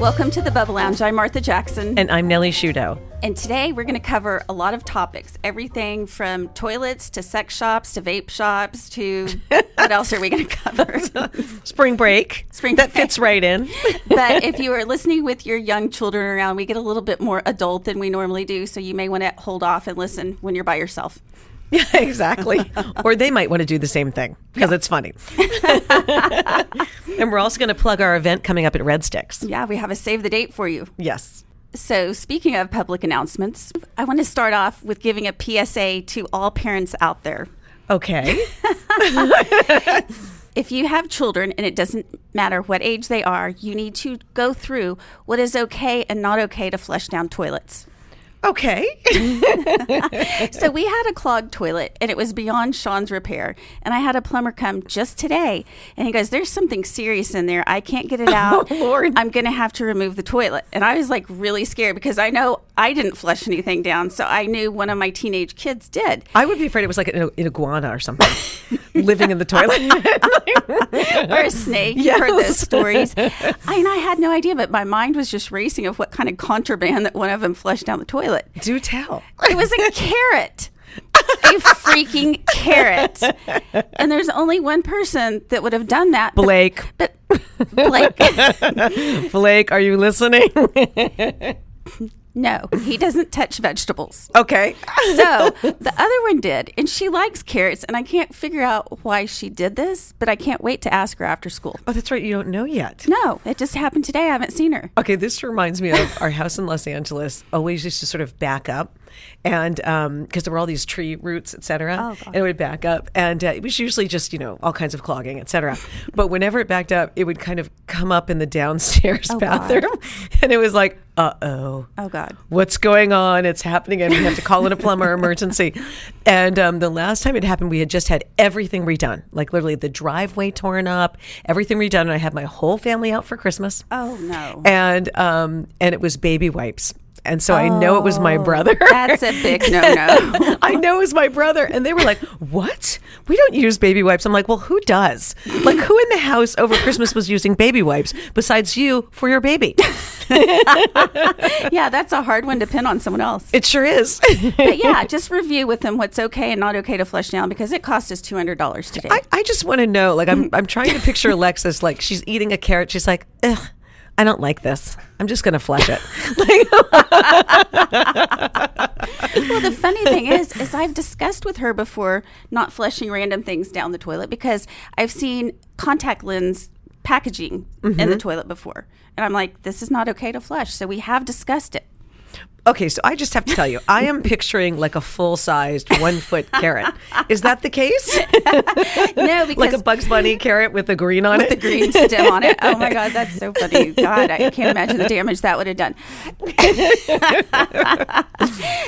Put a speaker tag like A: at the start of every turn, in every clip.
A: Welcome to the Bubble Lounge. I'm Martha Jackson.
B: And I'm Nellie Shudo.
A: And today we're going to cover a lot of topics everything from toilets to sex shops to vape shops to what else are we going to cover?
B: Spring break.
A: Spring
B: That
A: break.
B: fits right in.
A: but if you are listening with your young children around, we get a little bit more adult than we normally do. So you may want to hold off and listen when you're by yourself.
B: yeah, exactly. or they might want to do the same thing because it's funny. and we're also going to plug our event coming up at Red Sticks.
A: Yeah, we have a save the date for you.
B: Yes.
A: So, speaking of public announcements, I want to start off with giving a PSA to all parents out there.
B: Okay.
A: If you have children, and it doesn't matter what age they are, you need to go through what is okay and not okay to flush down toilets.
B: okay.
A: So we had a clogged toilet and it was beyond Sean's repair. And I had a plumber come just today and he goes, There's something serious in there. I can't get it out.
B: Oh, Lord.
A: I'm going to have to remove the toilet. And I was like really scared because I know I didn't flush anything down. So I knew one of my teenage kids did.
B: I would be afraid it was like an, an iguana or something living in the toilet.
A: or a snake. You've heard those stories. I, and I had no idea, but my mind was just racing of what kind of contraband that one of them flushed down the toilet.
B: Do tell.
A: It was a carrot. a freaking carrot. And there's only one person that would have done that. but-
B: Blake,
A: But, Blake,
B: Blake, are you listening?
A: no, he doesn't touch vegetables.
B: okay.
A: So the other one did, and she likes carrots, and I can't figure out why she did this, but I can't wait to ask her after school.
B: Oh, that's right. You don't know yet.
A: No, it just happened today. I haven't seen her.
B: Okay, this reminds me of our house in Los Angeles. Always used to sort of back up, and because there were all these tree roots, et cetera,
A: Oh, God.
B: and it would back up, and uh, it was usually just you know all kinds of clogging, et cetera. But whenever it backed up, it would kind of come up in the downstairs
A: Oh, God.
B: bathroom, and it was like, uh oh.
A: Oh, God.
B: What's going on? It's happening, and we have to call in a plumber emergency. And um, the last time it happened, we had just had everything redone, like literally the driveway torn up, everything redone. And I had my whole family out for Christmas
A: Oh, no.
B: and um and it was baby wipes and so i know it was my brother
A: That's a big no no.
B: I know it was my brother. And they were like, What? We don't use baby wipes. I'm like, Well, who does? Like, who in the house over Christmas was using baby wipes besides you for your baby?
A: yeah, that's a hard one to pin on someone else.
B: It sure is.
A: But yeah, just review with them what's okay and not okay to flush down because it cost us $200 today.
B: I, I just want to know like, I'm, I'm trying to picture Alexis, like, she's eating a carrot. She's like, Ugh, I don't like this. I'm just going to flush it.
A: well, the funny thing is, is I've discussed with her before not flushing random things down the toilet because I've seen contact lens packaging in the toilet before. And I'm like, this is not okay to flush. So we have discussed it.
B: Okay, so I just have to tell you, I am picturing like a full sized one foot carrot. Is that the case?
A: No, because
B: like a Bugs Bunny carrot with a green on
A: with
B: it.
A: the green stem on it. Oh my God, that's so funny. God, I can't imagine the damage that would have done.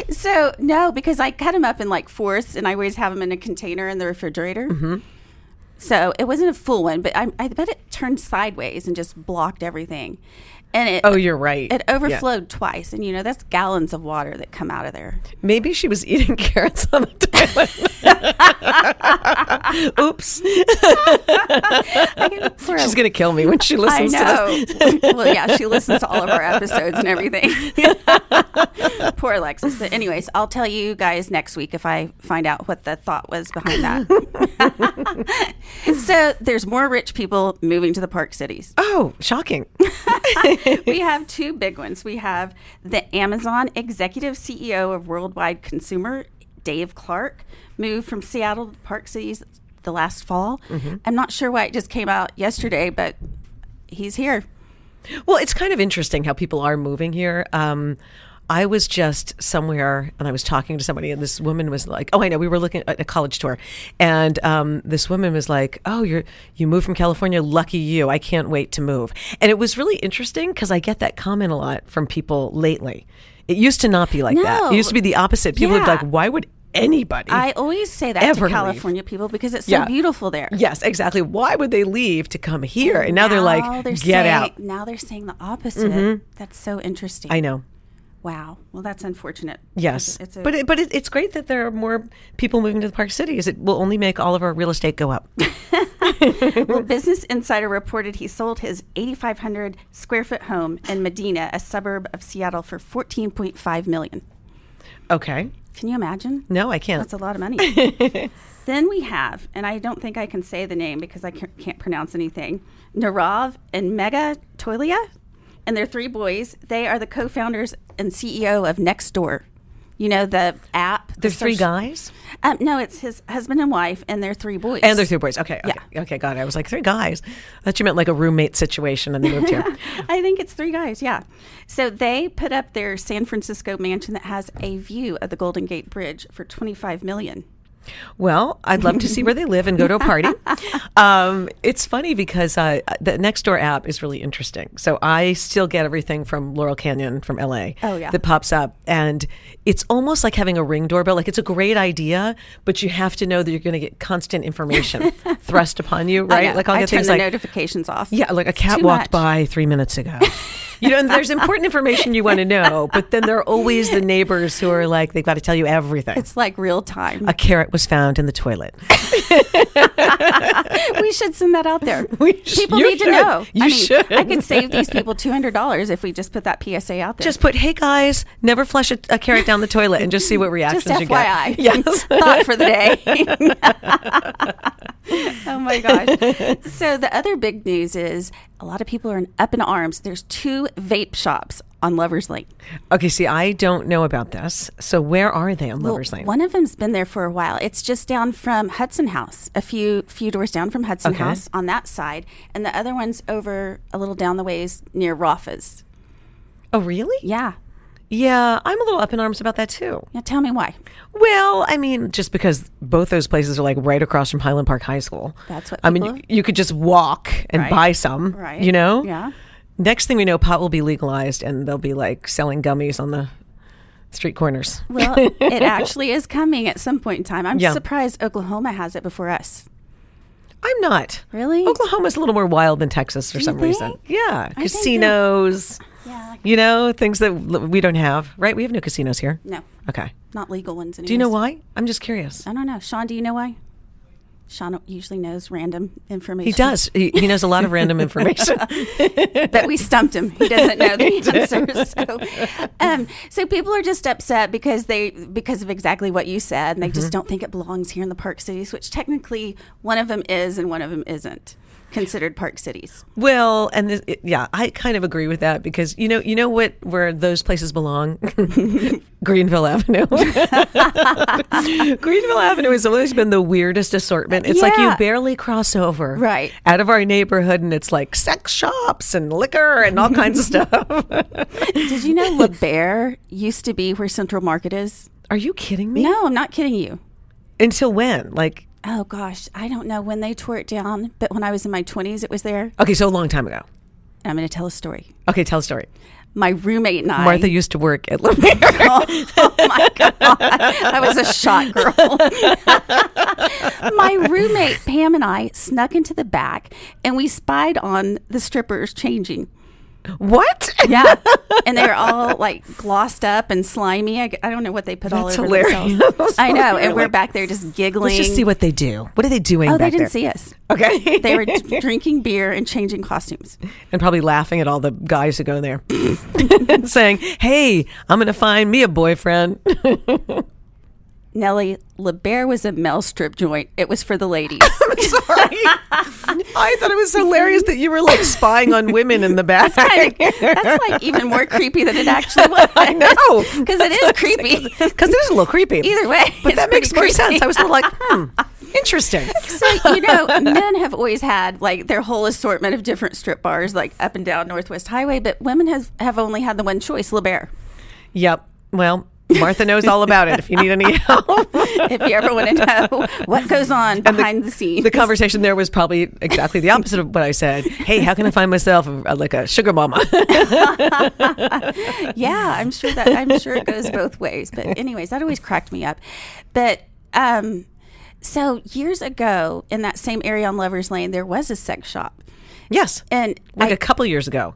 A: so, no, because I cut them up in like fourths and I always have them in a container in the refrigerator.
B: Mm-hmm.
A: So it wasn't a full one, but I, I bet it turned sideways and just blocked everything. And it,
B: Oh, you're right.
A: It
B: Yeah.
A: overflowed twice. And, you know, that's gallons of water that come out of there.
B: Maybe she was eating carrots on the toilet. Oops,
A: I can- for a-
B: she's gonna kill me when she
A: I
B: listens to this.
A: know. well, yeah, she listens to all of our episodes and everything. Poor Alexis. But, anyways, I'll tell you guys next week if I find out what the thought was behind that. so, there's more rich people moving to the park cities.
B: Oh, shocking!
A: We have two big ones. We have the Amazon executive CEO of Worldwide Consumer, Dave Clark, moved from Seattle to Park Cities the last fall.
B: Mm-hmm.
A: I'm not sure why it just came out yesterday, but he's here.
B: Well, it's kind of interesting how people are moving here. Um, I was just somewhere and I was talking to somebody, and this woman was like, "Oh, I know. We were looking at a college tour, and um, this woman was like, "Oh, you're you moved from California. Lucky you. I can't wait to move." And it was really interesting because I get that comment a lot from people lately. It used to not be like that.
A: No.
B: It used to be the opposite. People would be
A: Yeah.
B: like, "Why would anybody?"
A: I always say that
B: Ever
A: to
B: leave.
A: California people because it's so
B: Yeah.
A: beautiful there.
B: Yes, exactly. Why would they leave to come here? And now, they're like,
A: they're
B: "Get
A: saying,
B: out." Mm-hmm.
A: Now they're saying the opposite. That's so interesting.
B: I know.
A: Wow. Well, that's unfortunate.
B: Yes,
A: It's a,
B: but it, but it, it's great that there are more people moving to the Park Cities. It will only make all of our real estate go up.
A: well, Business Insider reported he sold his 8,500 square foot home in Medina, a suburb of Seattle, for 14.5 million.
B: Okay.
A: Can you imagine?
B: No, I can't.
A: That's a lot of money. then we have, and I don't think I can say the name because I can't, can't pronounce anything, Narav and Mega Toilia and their three boys. They are the co founders and CEO of Nextdoor. You know, the app. the
B: There's three
A: social-
B: guys
A: Um, no, it's his husband and wife and their three boys.
B: and their three boys. Okay, okay, okay, got it. I was like three guys. I thought you meant like a roommate situation, and they moved here.
A: I think it's three guys, yeah. So they put up their San Francisco mansion that has a view of the Golden Gate Bridge for 25 million.
B: Well, I'd love to see where they live and go to a party. Um, it's funny because uh, the Nextdoor app is really interesting. So I still get everything from Laurel Canyon from LA
A: Oh, yeah.
B: that pops up. And it's almost like having a ring doorbell. Like it's a great idea, but you have to know that you're going to get constant information thrust upon you,
A: I
B: right?
A: know.
B: Like I'll
A: Oh, I
B: get
A: turn
B: things
A: the
B: like,
A: notifications off.
B: yeah, like a
A: It's
B: cat
A: too
B: walked
A: much.
B: by three minutes ago. You know, and there's important information you want to know, but then there are always the neighbors who are like, they've got to tell you everything.
A: It's like real time.
B: a carrot was found in the toilet.
A: we should send that out there.
B: We sh-
A: people
B: you
A: need
B: should.
A: to know.
B: You
A: I mean,
B: should.
A: I could save these people two hundred dollars if we just put that PSA out there.
B: Just put, hey guys, never flush a, a carrot down the toilet and just see what reactions
A: just
B: you
A: FYI.
B: get. Yes.
A: Thought for the day. oh my gosh. So the other big news is a lot of people are in, up in arms. There's two vape shops on Lover's Lane.
B: okay, see, I don't know about this. So where are they on Lover's Lane?
A: One of them's been there for a while. It's just down from Hudson House, a few few doors down from Hudson
B: Okay.
A: House on that side, and the other one's over a little down the ways near Rafa's.
B: Oh, really?
A: Yeah.
B: Yeah, I'm a little up in arms about that too.
A: Now tell me why.
B: Well, I mean, just because both those places are like right across from Highland Park High School.
A: That's what
B: I mean.
A: people-
B: You, you could just walk and
A: Right.
B: buy some,
A: Right.
B: you know?
A: Yeah.
B: Next thing we know, pot will be legalized and they'll be like selling gummies on the street corners.
A: Well, it actually is coming at some point in time. I'm
B: Yeah.
A: surprised Oklahoma has it before us.
B: I'm not.
A: Really?
B: Oklahoma's a little more wild than Texas for
A: you
B: some reason.
A: think?
B: Yeah.
A: I think
B: Casinos,
A: Yeah.
B: you know, things that l- we don't have, right? We have no casinos here.
A: No,
B: Okay.
A: not legal ones.
B: Do you know why? I'm just curious.
A: I don't know. Sean, do you know why? Sean usually knows random information.
B: He does. He, he knows a lot of random information.
A: but we stumped him. He doesn't know the answer. So, um, so people are just upset because they because of exactly what you said, and they
B: Mm-hmm.
A: just don't think it belongs here in the park cities, which technically one of them is and one of them isn't considered park cities.
B: Well, and this, it- yeah, I kind of agree with that because you know, you know what where those places belong? Greenville Avenue. Greenville Avenue has always been the weirdest assortment. It's like you
A: Yeah.
B: barely cross over
A: Right.
B: out of our neighborhood, and it's like sex shops and liquor and all kinds of stuff.
A: Did you know La Bear used to be where Central Market is?
B: Are you kidding me?
A: No, I'm not kidding you.
B: Until when? Like,
A: Oh gosh, I don't know when they tore it down, but when I was in my 20s, it was there.
B: okay, so a long time ago.
A: And I'm going to tell a story.
B: Okay, tell a story.
A: My roommate and I.
B: Martha used to work at Lemaire.
A: oh, my god! I was a shot girl. my roommate Pam and I snuck into the back, and we spied on the strippers changing.
B: what?
A: Yeah, and they were all like glossed up and slimy. I, I don't know what they put all
B: That's
A: over
B: hilarious.
A: themselves. I know, and
B: You're
A: we're
B: like,
A: back there just giggling.
B: Let's just see what they do. What are they doing?
A: oh,
B: back
A: they didn't
B: there?
A: see us.
B: Okay,
A: They were d- drinking beer and changing costumes.
B: and probably laughing at all the guys who go there, saying, "Hey, I'm going to find me a boyfriend."
A: Nellie LeBear was a male strip joint. It was for the ladies.
B: I'm sorry. I thought it was hilarious that you were like spying on women in the back.
A: That's like even more creepy than it actually was.
B: I know.
A: because it is creepy.
B: because it is a little creepy.
A: Either way,
B: but
A: it's
B: that makes
A: pretty
B: more
A: creepy.
B: sense. I was a little like, hmm, interesting.
A: so you know, men have always had like their whole assortment of different strip bars, like up and down Northwest Highway, but women has have only had the one choice, La Bear.
B: Yep. Well, Martha knows all about it. If you need any help,
A: If you ever want to know what goes on behind the, scenes,
B: the conversation there was probably exactly the opposite of what I said. Hey, how can I find myself a, like a sugar mama?
A: yeah, I'm sure that I'm sure it goes both ways. But anyways, that always cracked me up. But um, so years ago, in that same area on Lovers Lane, there was a sex shop,
B: Yes.
A: And
B: like
A: I-
B: a couple years ago.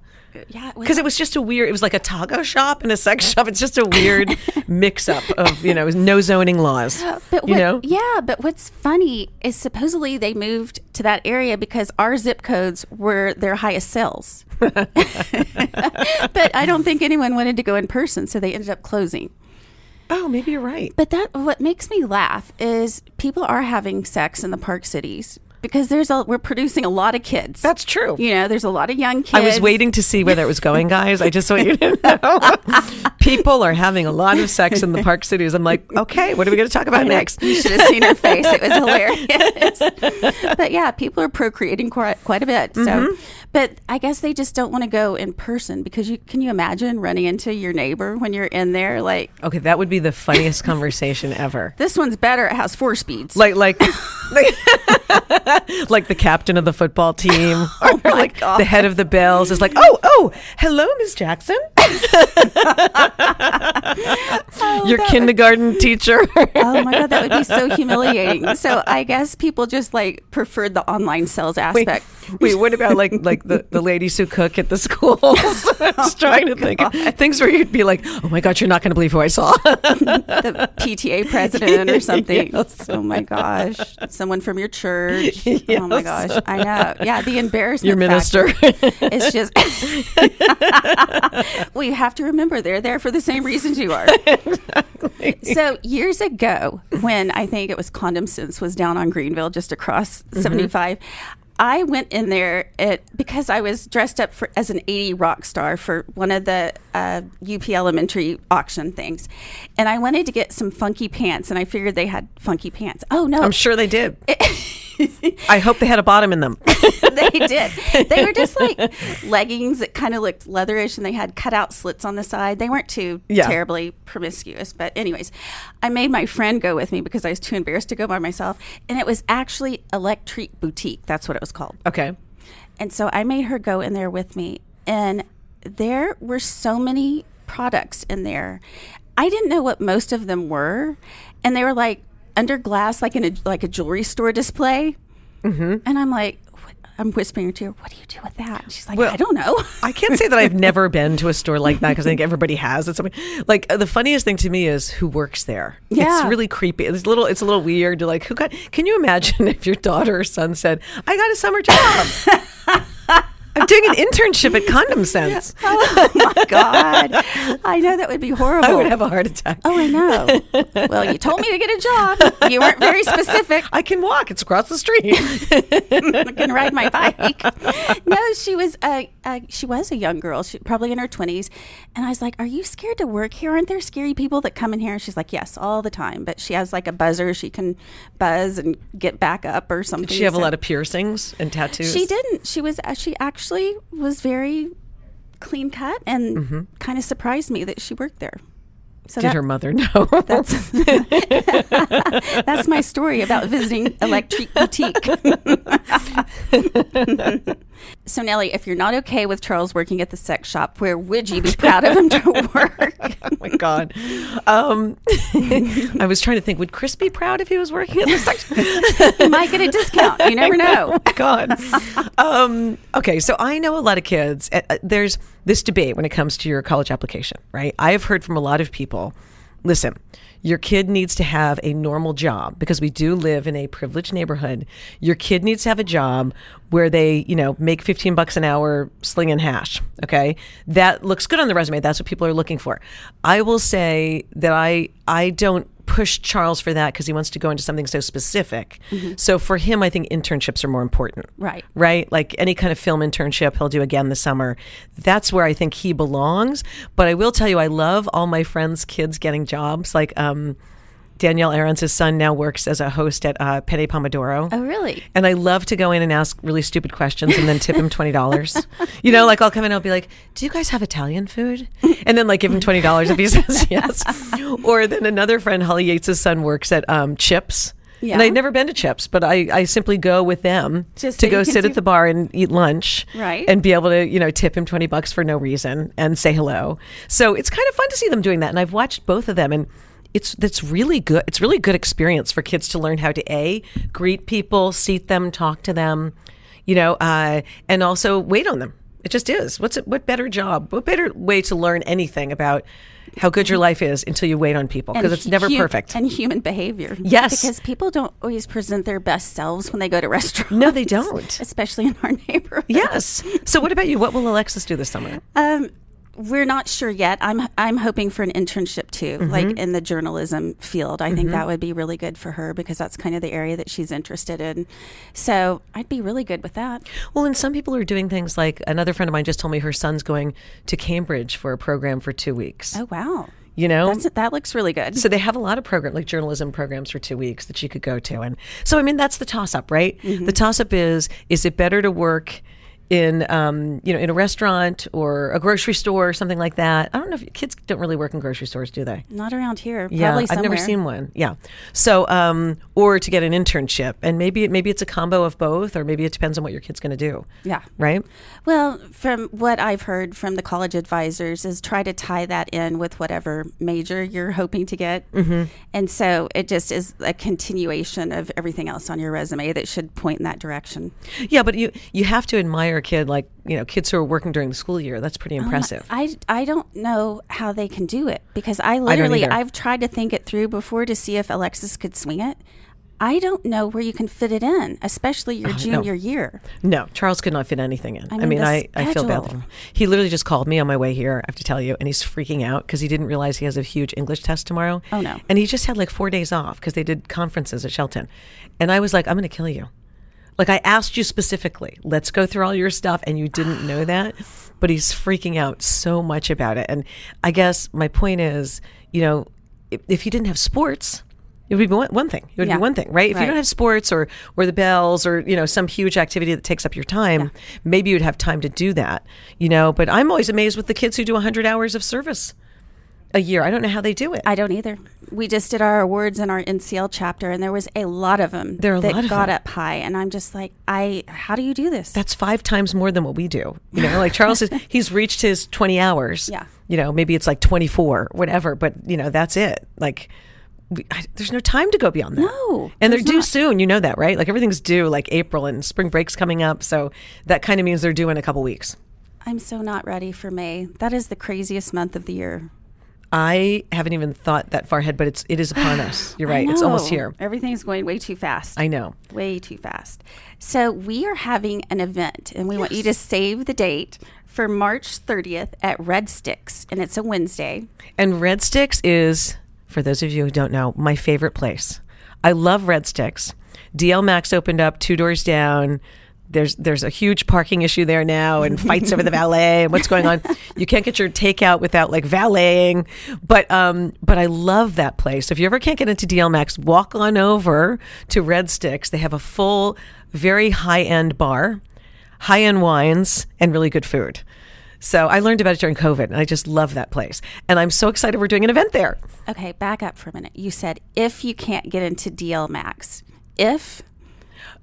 A: Yeah, it was-
B: Because it was just a weird, it was like a taco shop and a sex shop. It's just a weird mix up of, you know, no zoning laws.
A: But what,
B: you know?
A: yeah, but what's funny is supposedly they moved to that area because our zip codes were their highest sales. but I don't think anyone wanted to go in person, so they ended up closing.
B: Oh, maybe you're right.
A: But that what makes me laugh is people are having sex in the park cities because there's a we're producing a lot of kids.
B: That's true.
A: you know, there's a lot of young kids.
B: I was waiting to see whether it was going, guys. I just want you to know. People are having a lot of sex in the park cities. I'm like, okay, what are we going to talk about next?
A: You should have seen her face. It was hilarious. but yeah, people are procreating quite, quite a bit. So,
B: Mm-hmm.
A: but I guess they just don't want to go in person because you can you imagine running into your neighbor when you're in there like
B: Okay, that would be the funniest conversation ever.
A: this one's better. It has four speeds.
B: Like, like, like, like Oh the captain of the football team, or
A: my
B: like
A: God.
B: the head of the bells is like, oh, oh, hello, Miss Jackson, your kindergarten teacher.
A: oh my god, that would be so humiliating. So I guess people just like preferred the online sales
B: Wait,
A: aspect.
B: wait, what about like like the, the ladies who cook at the schools? I was trying to think of things where you'd be like, oh my god, you're not going to believe who I saw.
A: the PTA president or something.
B: Yes.
A: Oh my gosh. Someone from your church. Oh my
B: Yes.
A: gosh. I know. Yeah, the embarrassment.
B: Your minister.
A: factor. It's just we have to remember they're there for the same reasons you are. So years ago, when I think it was Condom Sense was down on Greenville, just across 75. I went in there it, because I was dressed up for, as an 80 rock star for one of the uh, UP Elementary auction things. And I wanted to get some funky pants, and I figured they had funky pants. Oh, no.
B: I'm sure they did. I hope they had a bottom in them.
A: they did. They were just like leggings that kind of looked leatherish and they had cutout slits on the side. They weren't too
B: Yeah.
A: terribly promiscuous. But, anyways, I made my friend go with me because I was too embarrassed to go by myself. And it was actually Electric Boutique. That's what it was called.
B: Okay.
A: And so I made her go in there with me. And there were so many products in there. I didn't know what most of them were. And they were like under glass, like in a, like a jewelry store display. Mm-hmm. And I'm like, what- I'm whispering to her, what do you do with that? And she's like, I don't know.
B: I can't say that I've never been to a store like that because I think everybody has. It's something like uh, the funniest thing to me is who works there.
A: Yeah.
B: It's really creepy. It's a little it's a little weird. You're like, who got can you imagine if your daughter or son said, I got a summer job? I'm doing an internship at Condom Sense.
A: oh my God. I know that would be horrible.
B: I would have a heart attack.
A: oh, I know. well, you told me to get a job. You weren't very specific.
B: I can walk. It's across the street.
A: I can ride my bike. No, she was a, a she was a young girl, she, probably in her twenties, and I was like, "Are you scared to work here? Aren't there scary people that come in here?" And she's like, "Yes, all the time." But she has like a buzzer; she can buzz and get back up or something.
B: Did she have a
A: So-
B: lot of piercings and tattoos?
A: She didn't. She was uh, she actually was very clean cut and kind of surprised me that she worked there. So
B: Mm-hmm. Did
A: that-
B: her mother know?
A: that's that's my story about visiting Electric Boutique. so Nellie, if you're not okay with Charles working at the sex shop, where would you be proud of him to work?
B: oh my god. Um, I was trying to think. Would Chris be proud if he was working at the section?
A: you might get a discount. You never know.
B: Oh, God. um, okay, so I know a lot of kids. uh, uh, There's this debate when it comes to your college application, right? I have heard from a lot of people. Listen, your kid needs to have a normal job because we do live in a privileged neighborhood. Your kid needs to have a job where they, you know, make 15 bucks an hour slinging hash, okay? That looks good on the resume. That's what people are looking for. I will say that I I don't push Charles for that because he wants to go into something so specific. So for him, I think internships are more important.
A: Right.
B: Right? Like any kind of film internship he'll do again this summer. That's where I think he belongs. But I will tell you, I love all my friends' kids getting jobs. Like um, Danielle Aarons' son now works as a host at uh, Penne Pomodoro.
A: Oh, really?
B: And I love to go in and ask really stupid questions and then tip him twenty dollars. you know, like I'll come in and I'll be like, "Do you guys have Italian food?" And then like give him twenty dollars if he says yes. Or then another friend, Holly Yates' son, works at um, Chips.
A: Yeah.
B: And I'd never been to Chips, but I, I simply go with them
A: Just so
B: to
A: you
B: go
A: can
B: sit
A: see-
B: at the bar and eat lunch,
A: Right.
B: And be able to you know tip him twenty bucks for no reason and say hello. So it's kind of fun to see them doing that. And I've watched both of them and it's that's really good. It's really good experience for kids to learn how to a greet people, seat them, talk to them. you know, uh, and also wait on them. It just is. What's it, what better job? What better way to learn anything about how good your life is until you wait on people because
A: And
B: it's never
A: hu-
B: perfect.
A: And human behavior.
B: Yes.
A: Because people don't always present their best selves when they go to restaurants.
B: No, they don't.
A: Especially in our neighborhood.
B: yes. So what about you? What will Alexis do this summer?
A: Um, we're not sure yet. I'm I'm hoping for an internship too,
B: Mm-hmm.
A: like in the journalism field. I think that would be really good for her because that's kind of the area that she's interested in. So I'd be really good with that.
B: Well, and some people are doing things like another friend of mine just told me her son's going to Cambridge for a program for two weeks.
A: Oh wow,
B: You know,
A: that's that looks really good.
B: so they have a lot of program like journalism programs for two weeks that you could go to and so i mean that's the toss up right
A: Mm-hmm.
B: the toss up is is it better to work in um, you know in a restaurant or a grocery store or something like that i don't know if kids don't really work in grocery stores do they
A: Not around here.
B: yeah
A: Probably
B: i've
A: somewhere.
B: never seen one yeah so um, or to get an internship and maybe it, maybe it's a combo of both or maybe it depends on what your kid's going to do
A: Yeah.
B: right
A: Well, from what I've heard from the college advisors, is try to tie that in with whatever major you're hoping to get. Mm-hmm. And so it just is a continuation of everything else on your resume that should point in that direction.
B: yeah but you you have to admire a kid like you know kids who are working during the school year that's pretty impressive
A: I, I don't know how they can do it because I literally,
B: either.
A: I've tried to think it through before to see if Alexis could swing it. I don't know where you can fit it in, especially your junior year.
B: No, Charles could not fit anything in. I mean, I,
A: mean, the
B: I, feel bad.
A: schedule.
B: for him. He literally just called me on my way here, I have to tell you, and he's freaking out because he didn't realize he has a huge English test tomorrow.
A: Oh, no.
B: And he just had like four days off because they did conferences at Shelton. And I was like, I'm going to kill you. Like, I asked you specifically, let's go through all your stuff, and you didn't know that. But he's freaking out so much about it. And I guess my point is, you know, if, if you didn't have sports, it would be one, one thing. It would
A: Yeah.
B: be one thing, right? If you
A: Right.
B: don't have sports or or the bells or you know some huge activity that takes up your time, maybe you'd have time to do that, you know. But I'm always amazed with the kids who do 100 hours of service a year. I don't know how they do it.
A: I don't either. We just did our awards in our NCL chapter, and there was a lot of them
B: There are a
A: that
B: lot of
A: got
B: them.
A: up high. And I'm just like, I, how do you do this?
B: That's five times more than what we do. You know, like Charles, is, he's reached his 20 hours.
A: Yeah.
B: You know, maybe it's like 24, whatever. But you know, that's it. Like. We, I, there's no time to go beyond that.
A: No,
B: and they're
A: there's
B: due
A: not.
B: soon. You know that, right? Like everything's due, like April, and spring break's coming up. So that kind of means they're due in a couple weeks.
A: I'm so not ready for May. That is the craziest month of the year.
B: I haven't even thought that far ahead, but it's it is upon us. You're
A: I
B: right. It's almost
A: know.
B: here.
A: Everything's going way too fast.
B: I know.
A: way too fast. So we are having an event, and we want you to save the date for March 30th at Red Sticks, and it's a Wednesday.
B: And Red Sticks is, for those of you who don't know, my favorite place. I love Red Sticks. DL Max opened up two doors down. There's there's a huge parking issue there now and fights over the valet and what's going on. You can't get your takeout without like valeting. But um but I love that place. If you ever can't get into DL Max, walk on over to Red Sticks. They have a full, very high end bar, high end wines, and really good food. So I learned about it during COVID, and I just love that place. And I'm so excited we're doing an event there.
A: Okay, back up for a minute. You said if you can't get into DL Max, if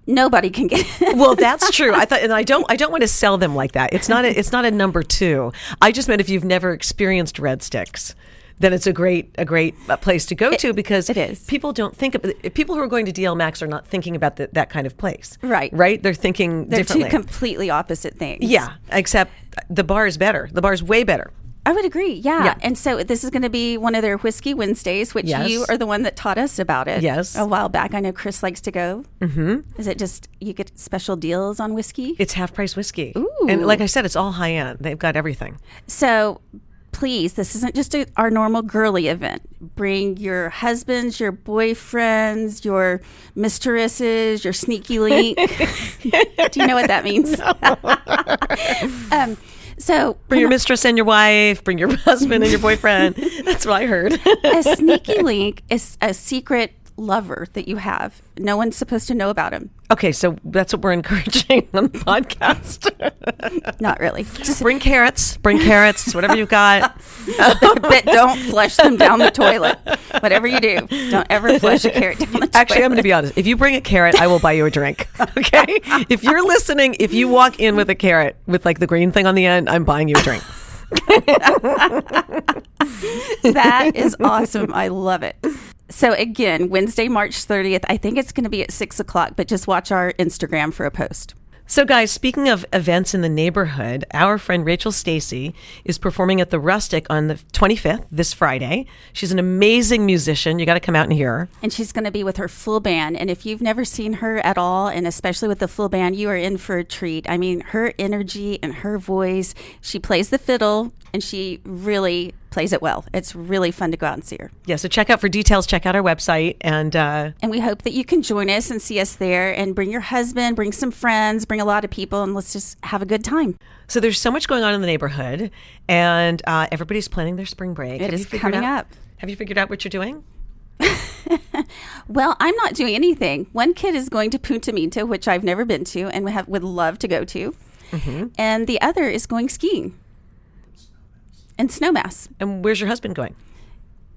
A: nobody can get
B: Well, that's true. I thought, and I don't, I don't want to sell them like that. It's not, a, it's not a number two. I just meant if you've never experienced Red Sticks, then it's a great, a great uh, place to go to because
A: it is.
B: People don't think of people who are going to DL Max are not thinking about the, that kind of place,
A: Right.
B: Right? They're thinking
A: They're two
B: differently.
A: completely opposite things.
B: yeah, except the bar is better. The bar is way better.
A: I would agree. Yeah.
B: Yeah.
A: And so this is going to be one of their Whiskey Wednesdays, which
B: Yes.
A: you are the one that taught us about it.
B: Yes.
A: A while back. I know Chris likes to go. Mm-hmm. Is it just you get special deals on whiskey?
B: It's half price whiskey, and like I said, it's all high end. They've got everything.
A: So please, this isn't just a, our normal girly event. Bring your husbands, your boyfriends, your mistresses, your sneaky link. Do you know what that means? um, so
B: Bring your mistress and your wife. Bring your husband and your boyfriend. That's what I heard.
A: a sneaky link is a secret lover that you have. No one's supposed to know about him.
B: okay, so that's what we're encouraging on the podcast.
A: Not really. Just
B: bring carrots. Bring carrots. It's whatever you've got.
A: but don't flush them down the toilet. Whatever you do, don't ever flush a carrot down the toilet.
B: Actually, I'm going to be honest. If you bring a carrot, I will buy you a drink. Okay. if you're listening, if you walk in with a carrot with like the green thing on the end, I'm buying you a drink.
A: that is awesome. I love it. So again, Wednesday, March 30th. I think it's going to be at six o'clock, but just watch our Instagram for a post.
B: So, guys, speaking of events in the neighborhood, our friend Rachel Stacy is performing at the Rustic on the 25th, this Friday. She's an amazing musician. You got to come out and hear her.
A: And she's going to be with her full band. And if you've never seen her at all, and especially with the full band, you are in for a treat. I mean, her energy and her voice, she plays the fiddle and she really plays it well. It's really fun to go out and see her.
B: Yeah, so check out for details, check out our website. And uh,
A: And we hope that you can join us and see us there and bring your husband, bring some friends, bring a lot of people, and let's just have a good time.
B: so there's so much going on in the neighborhood, and uh, everybody's planning their spring break.
A: It
B: Have
A: is
B: you figured
A: coming
B: out-
A: up.
B: Have you figured out what you're doing?
A: Well, I'm not doing anything. One kid is going to Punta Mita, which I've never been to and would have, would love to go to.
B: Mm-hmm.
A: And the other is going skiing and snowmass.
B: And where's your husband going?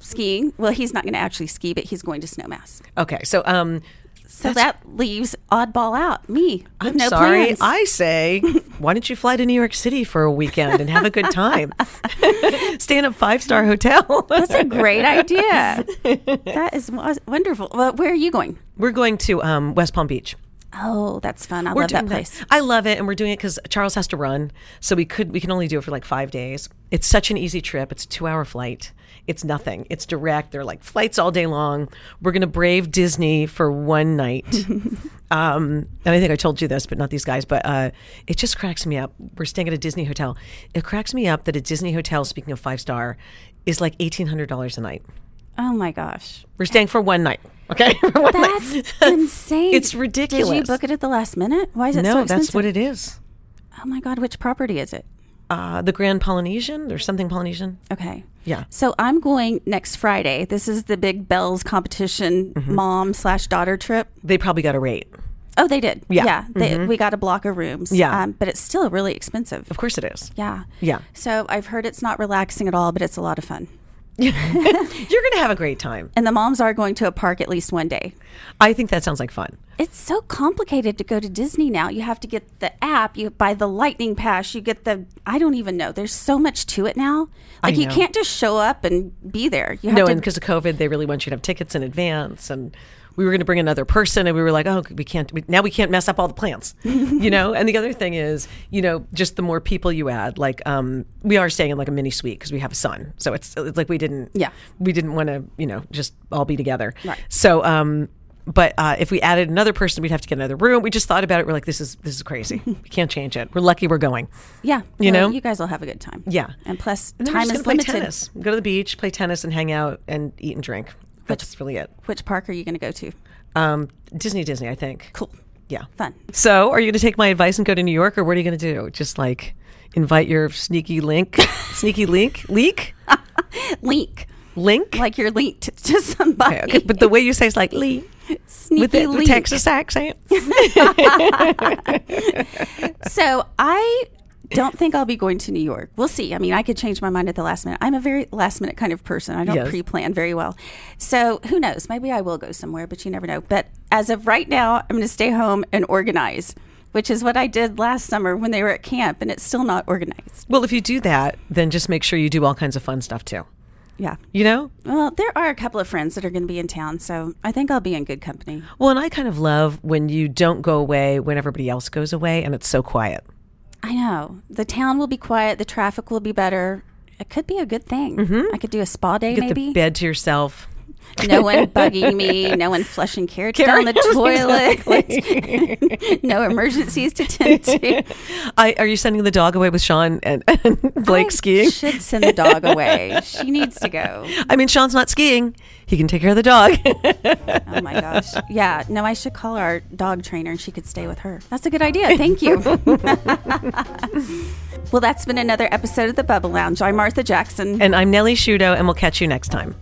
A: Skiing, well, he's not going to actually ski, but he's going to snowmass.
B: Okay, so um,
A: So that leaves oddball out, me. with
B: I'm
A: no
B: sorry.
A: Plans.
B: I say, why don't you fly to New York City for a weekend and have a good time? Stay in a five star hotel.
A: That's a great idea. that is wo- wonderful. Well, where are you going?
B: We're going to um, West Palm Beach.
A: Oh, that's fun. I
B: We're
A: love that
B: doing
A: place.
B: I love it, and we're doing it because Charles has to run, so we could we can only do it for like five days. It's such an easy trip. It's a two hour flight. It's nothing. It's direct. They're like flights all day long. We're gonna brave Disney for one night. um, and I think I told you this, but not these guys. But uh, it just cracks me up. We're staying at a Disney hotel. It cracks me up that a Disney hotel, speaking of five star, is like eighteen hundred dollars a night.
A: Oh my gosh,
B: We're staying for one night. Okay, For one night.
A: that's insane.
B: It's
A: Did you
B: ridiculous.
A: book it at the last minute? Why is it so
B: No,
A: expensive?
B: that's what it is.
A: Oh my God, which property is it?
B: uh, the Grand Polynesian or something Polynesian.
A: Okay.
B: Yeah.
A: So I'm going next Friday. This is the big Bells competition
B: Mm-hmm.
A: mom slash daughter trip.
B: They probably got a rate.
A: Oh, they did.
B: Yeah. Mm-hmm.
A: they, We got a block of rooms.
B: Yeah.
A: Um, but it's still really expensive.
B: Of course it is.
A: Yeah.
B: Yeah.
A: So I've heard it's not relaxing at all, but it's a lot of fun.
B: You're going to have a great time.
A: And the moms are going to a park at least one day.
B: I think that sounds like fun.
A: It's so complicated to go to Disney now. You have to get the app, you buy the lightning pass, you get the I don't even know. There's so much to it now. Like you
B: know.
A: can't just show up and be there. You have
B: no,
A: to
B: and because of COVID, they really want you to have tickets in advance. And we were going to bring another person, and we were like, oh, we can't, we, now we can't mess up all the plans, you know? And the other thing is, you know, just the more people you add, like, um, we are staying in like a mini suite because we have a son. So it's, it's like we didn't,
A: Yeah.
B: we didn't want to, you know, just all be together.
A: Right.
B: So, um, but uh, if we added another person, we'd have to get another room. We just thought about it. We're like, this is this is crazy. we can't change it. We're lucky we're going.
A: Yeah,
B: You
A: well,
B: know?
A: you guys will have a good time.
B: Yeah.
A: and plus
B: And then we're
A: time
B: just
A: is
B: gonna
A: limited.
B: play tennis. Go to the beach, play tennis, and hang out and eat and drink. That's really it.
A: Which park are you going to go to?
B: Um, Disney, Disney, I think.
A: Cool,
B: Yeah.
A: fun.
B: So, are you going to take my advice and go to New York, or what are you going to do? Just like invite your sneaky link, sneaky link, leak,
A: Link,
B: link.
A: like you're linked to somebody.
B: Okay, but the way you say it's like Lee
A: Sneaky
B: with the, the
A: link.
B: Texas accent.
A: So I don't think I'll be going to New York. We'll see. I mean, I could change my mind at the last minute. I'm a very last minute kind of person. I don't
B: Yes.
A: pre-plan very well. So who knows? Maybe I will go somewhere, but you never know. But as of right now, I'm going to stay home and organize. Which is what I did last summer when they were at camp, and it's still not organized.
B: Well, if you do that, then just make sure you do all kinds of fun stuff too.
A: Yeah.
B: You know?
A: Well, there are a couple of friends that are going to be in town, so I think I'll be in good company.
B: Well, and I kind of love when you don't go away when everybody else goes away and it's so quiet.
A: I know. The town will be quiet, the traffic will be better. It could be a good thing. I could do a spa day,
B: Get
A: maybe.
B: the bed to yourself.
A: No one bugging me, no one flushing carrots down the toilet, no emergencies to tend to.
B: I, are you sending the dog away with Sean and, and Blake
A: I
B: skiing?
A: should send the dog away. She needs to go.
B: I mean, Sean's not skiing. He can take care of the dog.
A: Oh my gosh. Yeah, no, I should call our dog trainer and she could stay with her. That's a good idea. Thank you. well, that's been another episode of the Bubble Lounge. I'm Martha Jackson.
B: and I'm Nellie Shudo, and we'll catch you next time.